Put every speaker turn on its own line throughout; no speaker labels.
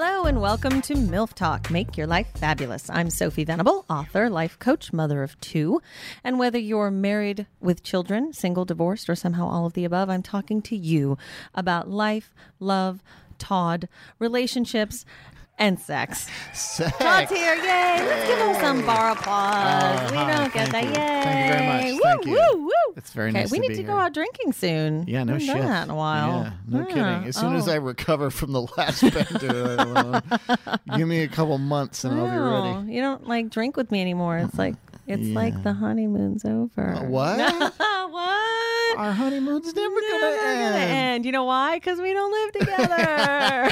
welcome to MILF Talk, Make Your Life Fabulous. I'm Sophie Venable, author, life coach, mother of two. And whether you're married with children, single, divorced, or somehow all of the above, I'm talking to you about life, love, Todd, relationships, and sex.
Sex.
Todd's here, yay! Let's give him some bar applause. we
hi,
don't get that,
Uh-huh. thank
yay!
you. Thank you very much.
Woo,
Thank you.
woo, woo.
It's very
okay,
nice
We
to
need
be
to go
here.
out drinking soon.
Yeah, no
Haven't
shit.
Done that in a while.
Yeah, no
Yeah.
kidding. As soon as
Oh.
I recover from the last bender, uh, give me a couple months and I'll be
No,
ready.
you don't like drink with me anymore. It's like it's like the honeymoon's over.
Uh, what?
what?
Our honeymoon's never
Never
gonna
gonna
end.
end. You know why? Because we don't live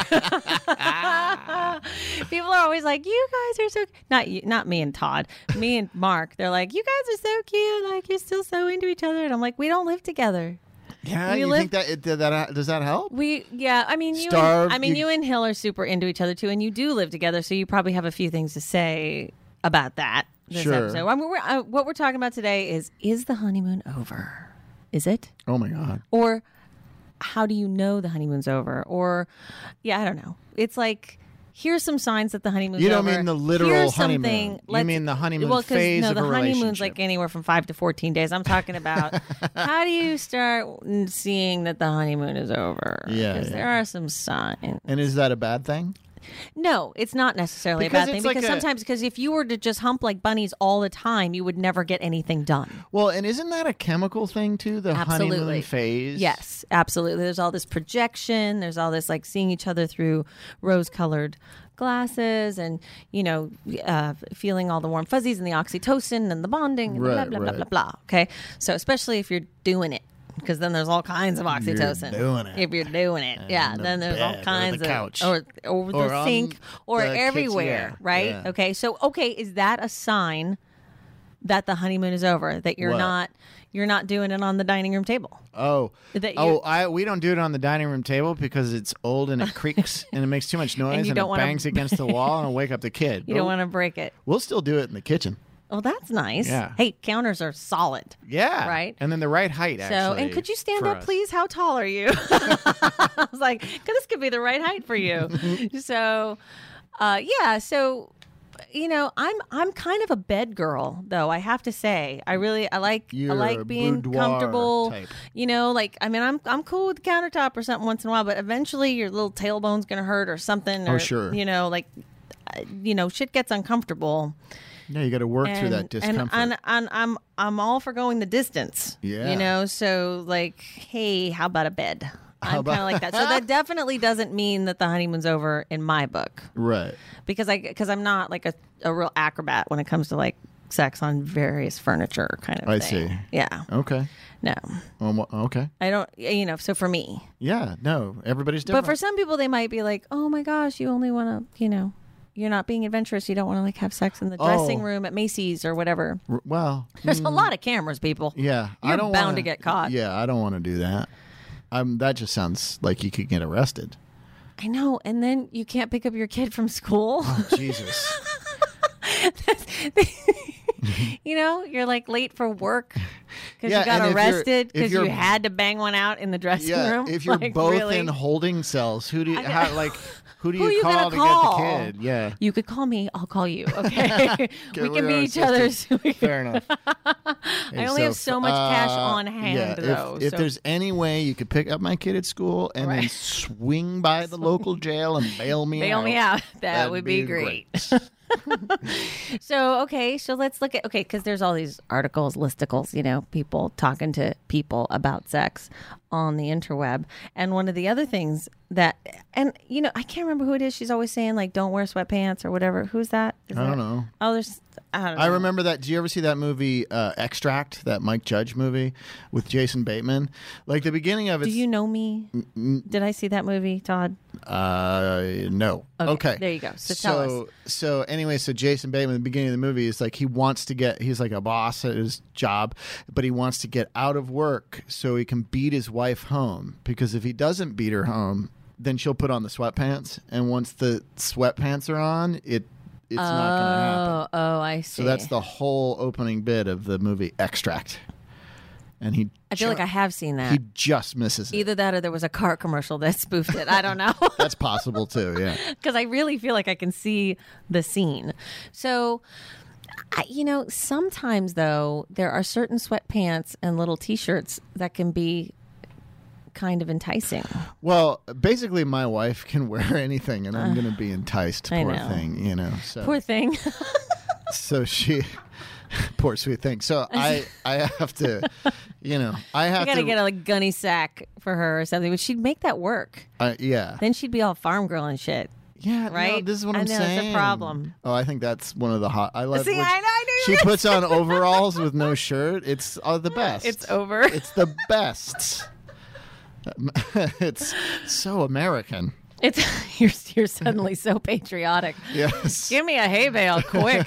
together. People are always like, "You guys are so not you, not me and Todd, me and Mark." They're like, "You guys are so cute. Like you're still so into each other." And I'm like, "We don't live together.
Yeah,
We
you
live-
think that, it, that that does that help?
We yeah. I mean, you.
Starve,
and, I mean,
you-
you and Hill are super into each other too, and you do live together, so you probably have a few things to say about that. This
Sure.
episode. I mean, we're, uh, what we're talking about today is: is the honeymoon over? Is it?
Oh my god.
or how do you know the honeymoon's over or yeah i don't know it's like here's some signs that the honeymoon's
You don't
over.
mean the literal
Here's
honeymoon.
something-
You
let's-
mean the honeymoon
well, 'cause,
phase
no
of
the
a
honeymoon's
relationship.
like anywhere from 5 to 14 days i'm talking about how do you start n- seeing that the honeymoon is over
Yeah,
because
yeah.
there are some signs
And is that a bad thing?
no it's not necessarily
Because
a bad thing
it's like
because
a-
sometimes because if you were to just hump like bunnies all the time you would never get anything done
Well, and isn't that a chemical thing too? The honeymoon phase.
Yes, absolutely. There's all this projection. There's all this like seeing each other through rose-colored glasses, and you know, uh, feeling all the warm fuzzies and the oxytocin and the bonding, and the
Right,
blah blah blah
right.
blah blah. Okay, so especially if you're doing it. Because then there's all kinds of oxytocin.
doing it.
If you're doing it, yeah.
the
Then there's
bed,
all
or the
kinds of
couch.
or or the
Or on
sink or
the kitchen,
everywhere,
yeah,
right?
yeah.
Okay. So okay, is that a sign that the honeymoon is over? That you're
What?
not you're not doing it on the dining room table?
Oh.
That
oh,
you-
I we don't do it on the dining room table because it's old and it creaks and it makes too much noise and,
you don't
it
wanna-
bangs against the wall and it'll wake up the kid.
You don't want to break it.
We'll still do it in the kitchen.
Well, that's nice.
Yeah.
Hey, counters are solid.
Yeah.
Right?
And then the right height
So,
actually.
and could you stand
for
up,
us.
please? How tall are you? I was like, 'Cause this could be the right height for you. so, uh, yeah. So, you know, I'm I'm kind of a bed girl, though. I have to say, I really I like
You're
I
a
like being
boudoir
comfortable.
type.
You know, like I mean, I'm I'm cool with the countertop or something once in a while, but eventually your little tailbone's gonna hurt or something.
Oh,
Or,
sure.
You know, like uh, you know, shit gets uncomfortable.
Yeah, you got to work through that
and-
discomfort.
And, and, and I'm I'm all for going the distance.
Yeah.
You know, so like, hey, how about a bed? I'm
about-
kind of like that. So that definitely doesn't mean that the honeymoon's over in my book
right.
because I because I'm not like a, a real acrobat when it comes to like sex on various furniture kind of
I
thing.
see.
Yeah.
Okay.
No.
Um, okay.
I don't you know, so for me.
Yeah. No. Everybody's different.
But for some people they might be like, "Oh my gosh, you only want to, you know, you're not being adventurous. You don't want to like have sex in the dressing
Oh. Mm.
room at Macy's or whatever."
R- well,
There's a lot of cameras, people.
yeah. I
You're
don't
bound
wanna-
to get caught.
Yeah, I don't want to do that. Um, that just sounds like you could get arrested.
I know. And then you can't pick up your kid from school.
Jesus.
you know, you're like late for work because
Yeah,
you got
and if you're-
arrested
if
because you
you're-
had to bang one out in the dressing
Yeah,
room.
if you're
Like,
both
really?
in holding cells, who do you,
I-
how, like who do
Who
you,
you gonna
call to
call?
get the kid? Yeah,
You could call me. I'll call you. Okay, we
Get rid
can
of
be
our
each
sisters.
other's.
Fair enough. uh,
I only have so much cash on hand,
Yeah, if,
though,
if
so-
there's any way you could pick up my kid at school and then
Right.
swing by the local jail and bail me
Bail
out,
me out. That
that'd
would be great.
great.
So okay, so let's look at okay because there's all these articles, listicles, you know, people talking to people about sex on the interweb. And one of the other things that, and you know, I can't remember who it is. She's always saying like, "Don't wear sweatpants" or whatever. Who's that? Is
I
that-
don't know.
Oh, there's. I don't know.
I remember that. Do you ever see that movie uh, Extract? That Mike Judge movie with Jason Bateman. Like the beginning of it.
Do you know me?
Mm,
Did I see that movie, Todd?
Uh, no. Okay.
there you go. So tell us.
So anyway, so Jason Bateman, at the beginning of the movie, is like he wants to get. He's like a boss at his job, but he wants to get out of work so he can beat his wife home. Because if he doesn't beat her home, then she'll put on the sweatpants, and once the sweatpants are on, it it's not going to happen.
Oh, oh, I see.
So that's the whole opening bit of the movie Extract. and he
I feel like I have seen
he
that.
just misses it.
Either that or there was a car commercial that spoofed it. I don't know.
That's possible too. Yeah.
because I really feel like I can see the scene. So, I, you know, sometimes though, there are certain sweatpants and little t shirts that can be kind of enticing.
Well, basically, my wife can wear anything, and I'm going to be enticed.
I
Poor
know.
thing, you know. So,
Poor thing.
so she, poor sweet thing. So I, I have to, you know, I
I
have
got to
to.
get a like, gunny sack for her or something, but she'd make that work.
uh, yeah,
Then she'd be all farm girl and shit.
yeah. no,
right?
this is what
I
am
know, it's a
saying.
problem.
Oh, I think that's one of the hot. I love.
See,
when
I, I knew you
she
were gonna
puts on overalls with no shirt. It's uh, the best.
It's over.
It's the best. Um, it's so American.
It's you're you're suddenly so patriotic.
Yes.
Give me a hay bale quick.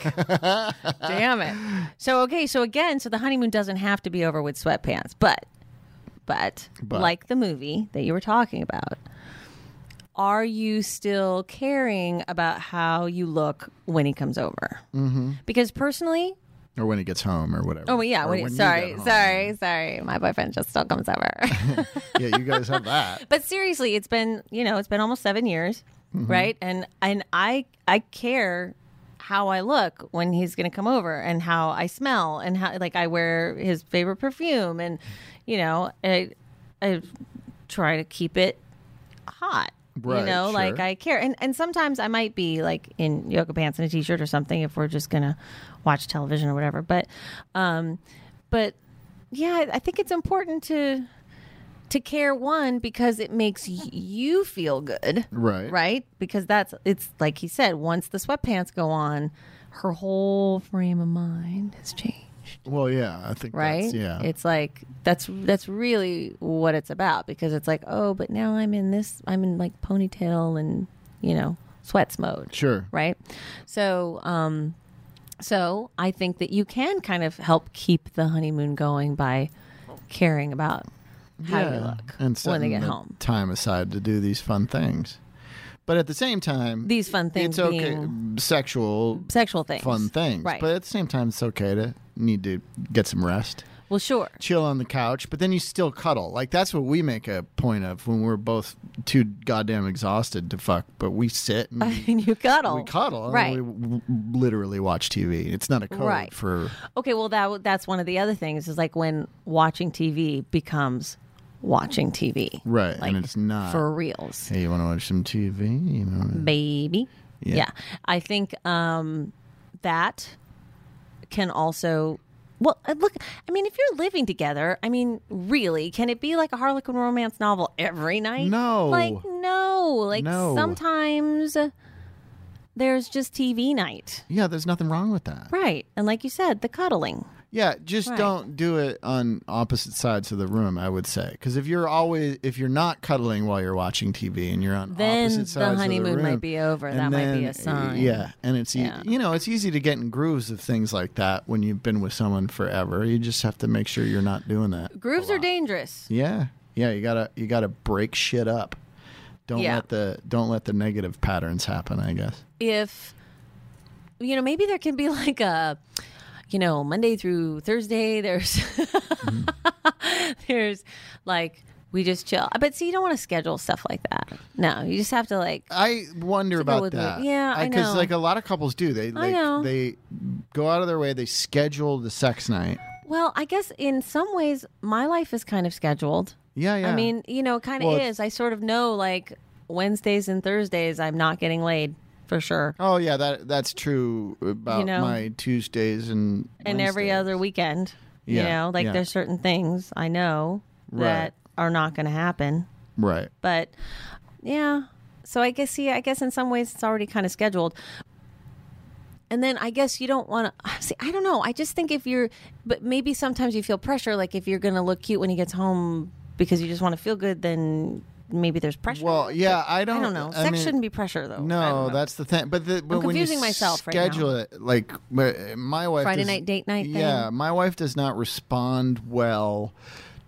Damn it. So okay, so again, so the honeymoon doesn't have to be over with sweatpants, but but,
But.
like the movie that you were talking about, are you still caring about how you look when he comes over? Mm-hmm. Because personally,
Or when he gets home, or whatever.
oh well, yeah,
Or
wait,
when you
sorry,
get home.
sorry, sorry, my boyfriend just still comes over.
Yeah, you guys have that.
but seriously, it's been you know it's been almost seven years,
Mm-hmm.
right? And and I I care how I look when he's going to come over and how I smell and how like I wear his favorite perfume and you know I I try to keep it hot.
Right,
you know,
sure.
like I care, and and sometimes I might be like in yoga pants and a t-shirt or something if we're just gonna watch television or whatever. But, um, but yeah, I- I think it's important to to care one because it makes y- you feel good
Right.
right because that's it's like he said once the sweatpants go on her whole frame of mind has changed
Well, yeah, I think
right
That's, yeah,
it's like that's that's really what it's about because it's like oh but now i'm in this i'm in like ponytail and you know sweats mode
sure.
right so um so i think that you can kind of help keep the honeymoon going by caring about how
yeah.
you look
and
when they
setting
get
the
home
Time aside to do these fun things, but at the same time,
these fun things
it's okay.
being
Sexual
sexual things
fun things,
right
But at the same time, it's okay to need to get some rest,
well sure
chill on the couch, but then you still cuddle. Like that's what we make a point of when we're both too goddamn exhausted to fuck, but we sit and. we-
and you cuddle
We cuddle, and
right
We w- w- literally watch TV. It's not a code
Right.
for
okay well that that's one of the other things is like when watching tv becomes watching tv
right,
Like,
and it's not.
for reals
hey, you want to watch some TV? You wanna-
baby.
Yeah.
Yeah. I think um, that can also. Well, uh, look, I mean, if you're living together, I mean, really, can it be like a Harlequin romance novel every night?
No.
Like, no. Like,
No.
sometimes there's just TV night.
Yeah, there's nothing wrong with that.
Right. And like you said, the cuddling.
Yeah, just
Right.
don't do it on opposite sides of the room, I would say. Cuz if you're always if you're not cuddling while you're watching TV and you're on
Then
opposite
the
sides of
honeymoon
room,
might be over.
and
That might be
then-
a sign.
Yeah, and it's e-
Yeah.
you know, it's easy to get in grooves of things like that when you've been with someone forever. You just have to make sure you're not doing that.
Grooves are dangerous.
Yeah. Yeah, you got to you got to break shit up. Don't
Yeah.
let the don't let the negative patterns happen, I guess.
if you know maybe there can be like a you know monday through thursday there's there's like we just chill but see you don't want to schedule stuff like that no you just have to like
I wonder
go
about
with it.
that.
Yeah, I
Because
know.
like a lot of couples do. They like,
know.
they go out of their way. They schedule the sex night.
well i guess in some ways my life is kind of scheduled
Yeah, yeah.
i mean you know it kind of
Well, it's-
is i sort of know like wednesdays and thursdays i'm not getting laid for sure
oh yeah, that that's true about
You know.
my Tuesdays and
and every
Wednesdays.
other weekend you
Yeah,
know like
yeah.
there's certain things i know
Right.
that are not going to happen
right.
but yeah so i guess see i guess in some ways it's already kind of scheduled and then i guess you don't want to see i don't know i just think if you're but maybe sometimes you feel pressure like if you're gonna look cute when he gets home because you just want to feel good then maybe there's pressure
Well, yeah, I don't.
i don't know
I
sex
mean,
shouldn't be pressure though I don't
No,
know.
that's the thing. But the, but when you
confusing myself right now.
schedule it, like my- my wife,
Friday
does-
night date night thing?
Yeah, my wife does not respond well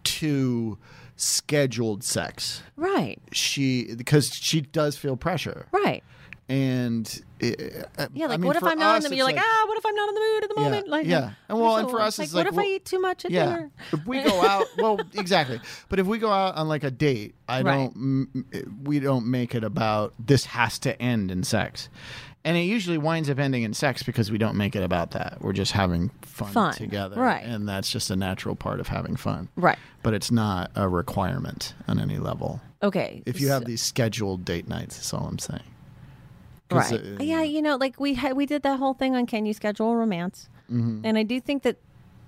to scheduled sex.
right
She because she does feel pressure.
right
and uh, it,
Yeah, like what if I'm not in the mood? You're like, ah, what if I'm not in the mood at the
Yeah,
moment? like,
yeah. And well, and for us, it's
what
like,
if
well-
I eat too much at
yeah.
"Ah, dinner?
If we go out, well, exactly. But if we go out on like a date, I
Right.
don't. m- m- We don't make it about this has to end in sex, and it usually winds up ending in sex because we don't make it about that. We're just having fun,
Fun,
together,
right.
And that's just a natural part of having fun,
Right.
But it's not a requirement on any level.
Okay.
If you have these scheduled date nights, that's all I'm saying. 'Cause,
right.
uh,
yeah, you know, like we had, we did that whole thing on can you schedule a romance,
Mm-hmm.
and I do think that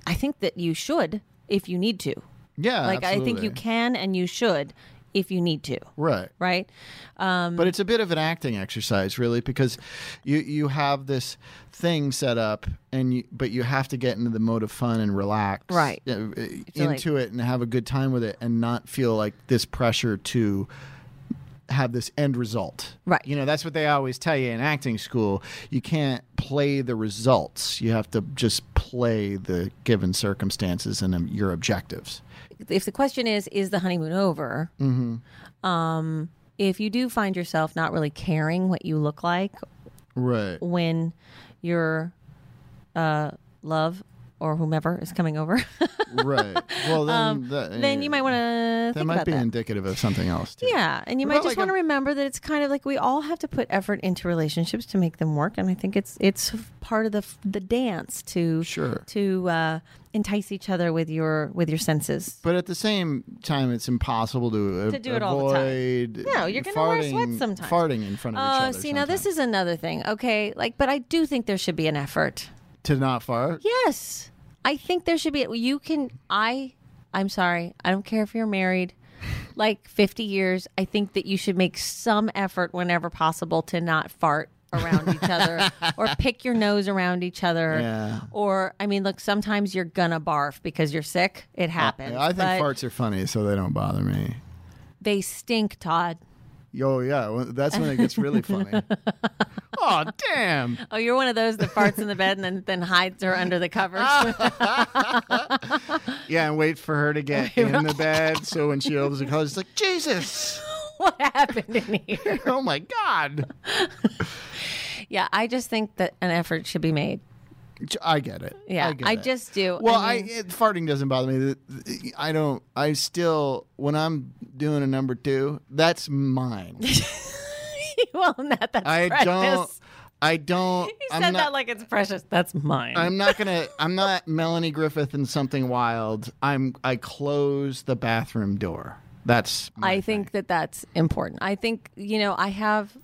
I think that you should if you need to.
Yeah,
like I think you
absolutely.
can and you should if you need to.
Right.
Right. Um,
but it's a bit of an acting exercise really because you you have this thing set up and you but you have to get into the mode of fun and relax
Right.
uh, uh,
feel
into it and have a good time with it and not feel like this pressure to have this end result
Right.
you know that's what they always tell you in acting school you can't play the results you have to just play the given circumstances and um, your objectives
if the question is is the honeymoon over um,
Mm-hmm.
if you do find yourself not really caring what you look like
right
when your uh, love or whomever is coming over
right well then that,
Um, then you might want to
that
think
might
about
be
that
indicative of something else too.
yeah and you
What
might
about
just
like
want to
a-
remember that it's kind of like we all have to put effort into relationships to make them work and i think it's it's part of the the dance to
Sure.
to uh, entice each other with your with your senses
But at the same time, it's impossible to,
To do it all the time.
avoid.
No, you're gonna wear a
farting-
sweat sometimes.
Farting in front of each
Oh,
other.
see, now this
sometimes.
is another thing. Okay, like, but I do think there should be an effort.
to not fart.
Yes, I think there should be. You can. I. I'm sorry. I don't care if you're married, like 50 years. I think that you should make some effort whenever possible to not fart around each other or pick your nose around each other.
Yeah.
Or I mean, look, sometimes you're gonna barf because you're sick. It happens.
Uh, I think
but
farts are funny, so they don't bother me.
They stink, Todd.
Yo, yeah, well, that's when it gets really funny. oh, damn!
Oh, you're one of those that farts in the bed and then, then hides her under the covers.
Ah. Yeah, and wait for her to get in the bed. So when she opens the covers, it's like Jesus.
what happened in here?
Oh my God!
Yeah, I just think that an effort should be made.
I get it.
Yeah,
I, get
I
it.
just do.
Well, I,
I mean-
it, farting doesn't bother me. The- the- I don't. I still when I'm doing a number two, that's mine.
well, not that's
I
precious.
don't. I don't.
He
I'm
said
not,
that like it's precious. That's mine.
I'm not gonna. I'm not Melanie Griffith in Something Wild. I'm. I close the bathroom door. That's. My
I think that that's important. I think you know I have.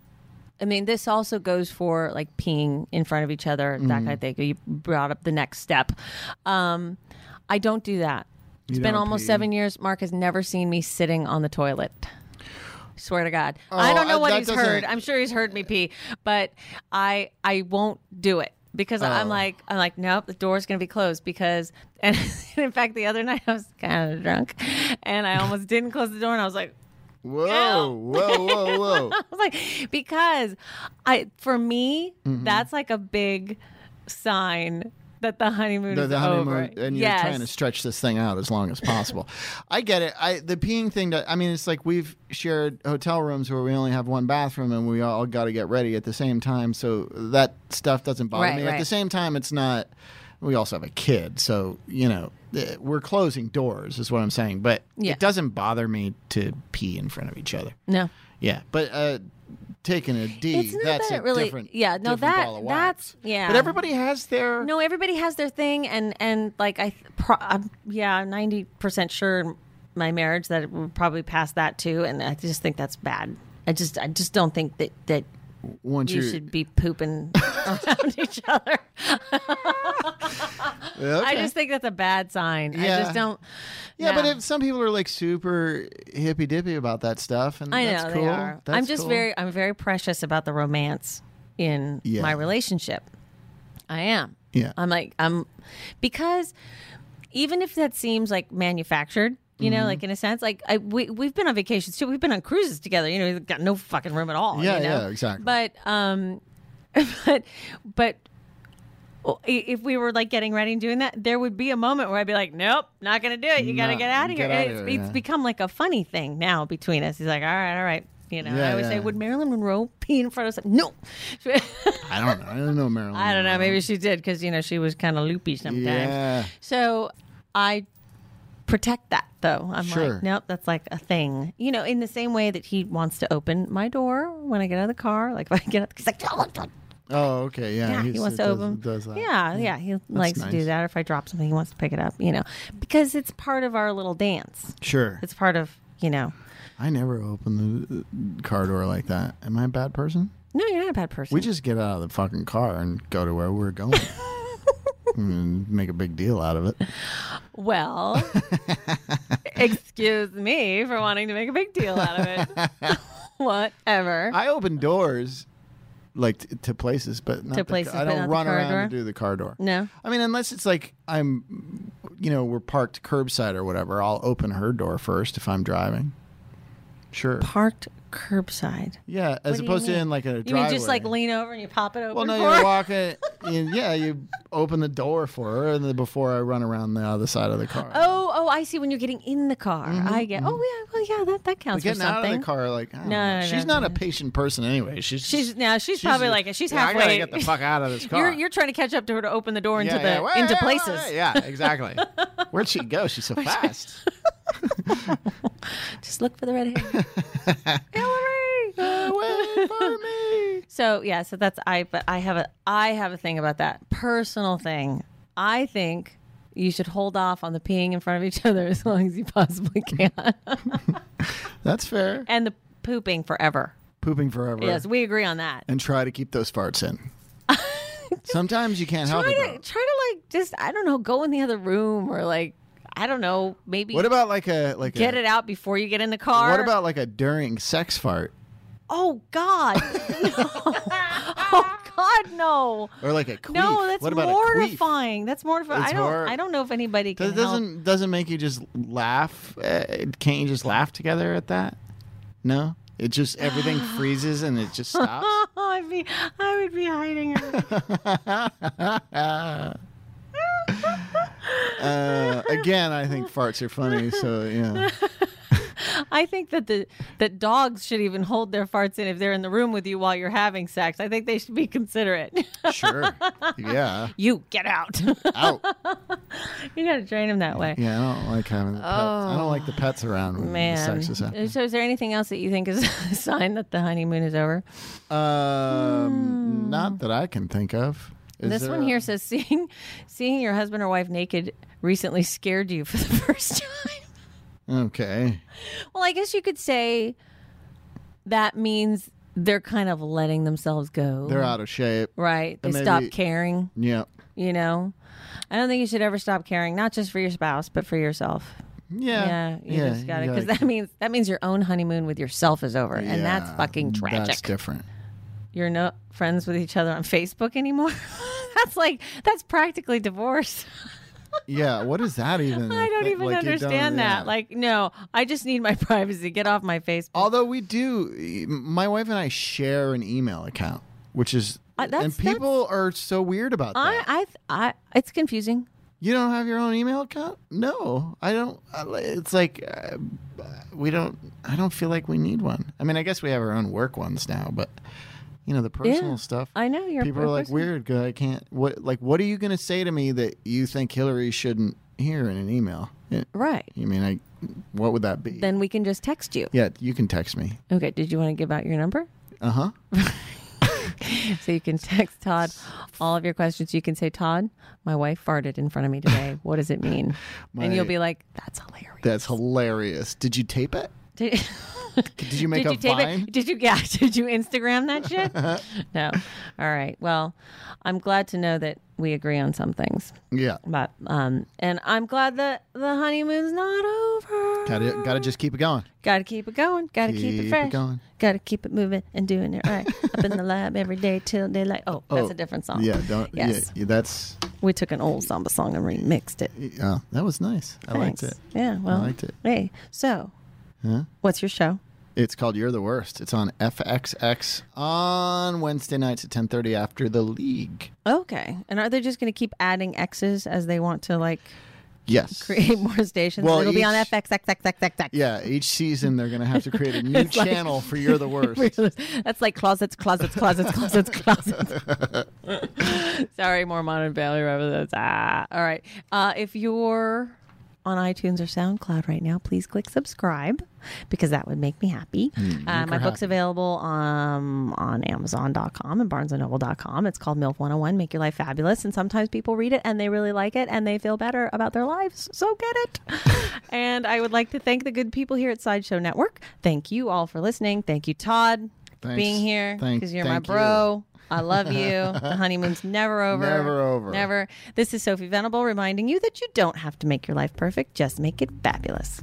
I mean, this also goes for like peeing in front of each other.
Mm-hmm.
That kind of thing. You brought up the next step. Um, I don't do that. It's
You
been
don't
almost
pee?
seven years. Mark has never seen me sitting on the toilet. Swear to God, I
Oh,
don't know
uh,
what
that
he's heard.
doesn't-
I'm sure he's heard me pee, but I I won't do it because I'm
Oh.
like I'm like nope, the door's gonna be closed because and in fact the other night I was kind of drunk and I almost didn't close the door and I was like
Whoa! Whoa! Whoa! Whoa!
I was like, because I for me,
Mm-hmm.
that's like a big sign that the honeymoon
the,
is
the
over.
honeymoon, and you're
yes.
trying to stretch this thing out as long as possible. I get it. I the peeing thing. that- I mean, it's like we've shared hotel rooms where we only have one bathroom, and we all got to get ready at the same time. So that stuff doesn't bother
Right,
me. At
right.
the same time, it's not. We also have a kid, so you know eh, we're closing doors, is what I'm saying. But
Yeah.
it doesn't bother me to pee in front of each other.
no.
Yeah, but uh, taking a D,
It's not
that's
that it
a
really-
different.
yeah, no,
different
that-
ball of wax.
that's- yeah.
But everybody has their
No, everybody has their thing, and and like I, th- pro- I'm, yeah, I'm ninety percent sure in my marriage that it would probably pass that too, and I just think that's bad. I just I just don't think that that
once
you
you're-
should be pooping around each other. I
Okay.
just think that's a bad sign. I
Yeah.
just don't.
Yeah, but
Nah.
if some people are like super hippy dippy about that stuff, and
I know
Um, that's
they
cool.
are.
That's
I'm just
cool.
very I'm very precious about the romance in
Yeah.
my relationship. I am.
Yeah.
I'm like I'm because even if that seems like manufactured, you know,
Mm-hmm.
like in a sense, like I we we've been on vacations too. We've been on cruises together. You know, we've got no fucking room at all.
Yeah,
you know?
yeah, exactly.
But um, but but. i- If we were like getting ready and doing that, there would be a moment where I'd be like, "Nope, not gonna do it. You gotta
No,
get out of here."
get outta
It's-
here,
it's
yeah.
become like a funny thing now between us. He's like, "All right, all right, You know,
Yeah,
I always
yeah.
say, would Marilyn Monroe pee in front of something? No.
I don't know. I don't know Marilyn.
I don't know.
Monroe.
Maybe she did because, you know, she was kind of loopy sometimes.
Yeah.
So I protect that though. I'm
Sure.
like, nope, that's like a thing. You know, in the same way that he wants to open my door when I get out of the car, like if I get out, he's like, don't, don't.
Oh, okay. Yeah.
yeah, he
he's-
wants to
does-
open.
Does that.
Yeah, yeah, he likes to do
nice.
that. Or if I drop something, he wants to pick it up. You know, because it's part of our little dance.
Sure.
It's part of you know.
I never open the uh, car door like that. Am I a bad person?
No, you're not a bad person.
We just get out of the fucking car and go to where we're going. and make a big deal out of it.
Well, excuse me for wanting to make a big deal out of it. Whatever.
I open doors like t- to places, but not
To
the-
places,
I
but
don't
not the
run
car
around
door?
and do the car door.
no.
I mean, unless it's like I'm, you know, we're parked curbside or whatever. I'll open her door first if I'm driving. Sure.
Parked curbside.
Yeah, as
do you
opposed to
mean?
in like a
You
driveway.
mean just like lean over and you pop it open?
Well, no,
for her?
you walk it. you- yeah, you open the door for her, and then before I run around the other side of the car.
Oh, oh, I see. When you're getting in the car, I get. Oh, yeah. Well, yeah. That that
But
counts for
Mm-hmm, getting out
something.
of the car, like I don't
No,
know.
no,
she's
no,
not a patient person anyway. She's
She's now. She's, probably like. She's
yeah,
halfway.
I gotta get the fuck out of this car.
You're you're trying to catch up to her to open the door into
Yeah,
the
yeah, well,
into
yeah, well,
places.
Yeah, exactly. Where'd she go? She's so fast.
Just look for the red hair. Hillary.
Wait for me.
So yeah, so that's I. But I have a I have a thing about that personal thing. I think you should hold off on the peeing in front of each other as long as you possibly can,
That's fair.
and the pooping forever.
Pooping forever.
Yes, we agree on that.
And try to keep those farts in. Sometimes you can't help
try
it.
to
though.
try to like just I don't know go in the other room or like I don't know maybe
What about like a like
get
a,
it out before you get in the car.
What about like a during sex fart
oh God, no. oh God, no,
or like a queef?
no, that's
what about a queef?
mortifying. That's mortifying.
It's
I don't
hor-
I don't know if anybody can
Does,
help.
doesn't doesn't make you just laugh? Uh, can't you just laugh together at that? No, it just everything freezes and it just stops.
I'd be I would be hiding. it.
Uh, again, I think farts are funny. So yeah,
I think that the that dogs should even hold their farts in if they're in the room with you while you're having sex. I think they should be considerate.
sure, yeah,
you get out.
out.
you got to train them that way.
Yeah, I don't like having. The pets. I don't like the pets around when
Oh, Man.
Mm, the sex is happening.
So, is there anything else that you think is a sign that the honeymoon is over?
Um, not that I can think of. Is
Hmm. this
there
one
a-
here says seeing seeing your husband or wife naked recently scared you for the first time.
Okay.
well, I guess you could say that means they're kind of letting themselves go.
They're out of shape.
right. They
And maybe-
stop caring,
Yeah.
you know. I don't think you should ever stop caring, not just for your spouse, but for yourself.
Yeah.
Yeah, you just got to
you
because that means that means your own honeymoon with yourself is over, and that's
Yeah,
fucking tragic.
That's different.
you're not friends with each other on Facebook anymore. that's like that's practically divorce.
Yeah, what is that even?
I don't
Like,
even
you
understand that.
yeah.
Like, no, I just need my privacy. Get off my Facebook.
although we do, my wife and I share an email account, which is,
Uh, that's-
and people are so weird about
I,
that.
I, I, it's confusing.
You don't have your own email account? No, I don't. I- It's like uh, we don't. I don't feel like we need one. I mean, I guess we have our own work ones now, but you know, the personal
Yeah,
stuff.
I know you're. a
people are like
person.
weird. 'cause I can't. What like what are you gonna say to me that you think Hillary shouldn't hear in an email? Yeah,
right?
You mean, I what would that be?
Then we can just text you.
yeah, you can text me.
Okay. Did you want to give out your number?
Uh huh.
So you can text Todd all of your questions. You can say, Todd, my wife farted in front of me today. What does it mean? and you'll
My-
be like, that's hilarious.
That's hilarious. Did you tape it?
Did-
Did you make
did
a
you tape
vine?
it? Did you yeah? Did you Instagram that shit? no. All right. Well, I'm glad to know that we agree on some things,
Yeah.
but um, and I'm glad that the honeymoon's not over.
Gotta, gotta just keep it going.
Gotta keep it going. Gotta keep,
Keep
it
it
fresh.
going.
Gotta keep it moving and doing it right. Up in the lab every day till daylight. Oh, that's a different song.
Yeah, don't.
Yes.
Yeah, yeah, that's.
We took an old samba song and remixed it.
Yeah, that was nice. I
Thanks.
liked it.
Yeah. Well.
liked it.
Hey. So,
Huh?
what's your show?
It's called "You're the Worst." It's on FXX on Wednesday nights at ten thirty after the league.
Okay. And are they just going to keep adding X's as they want to like
Yes.
create more stations.
Well,
It'll be on
each-
FX, X, X, X, X, X.
Yeah, each season they're going to have to create a new
It's like-
channel for You're the Worst.
That's like closets, closets, closets, closets, closets. Sorry, more modern family references. Ah, all right. Uh, if you're on iTunes or SoundCloud right now, please click subscribe because that would make me happy.
Hmm,
uh, my book's available um, on Amazon.com and BarnesandNoble.com. It's called MILF 101 Make Your Life Fabulous. And sometimes people read it and they really like it and they feel better about their lives. So get it. and I would like to thank the good people here at Sideshow Network. Thank you all for listening. Thank you, Todd, for
Thanks.
being here
Thank-
because you're my
thank you.
bro. I love you. The honeymoon's never over.
Never over.
Never. This is Sophie Venable reminding you that you don't have to make your life perfect, just make it fabulous.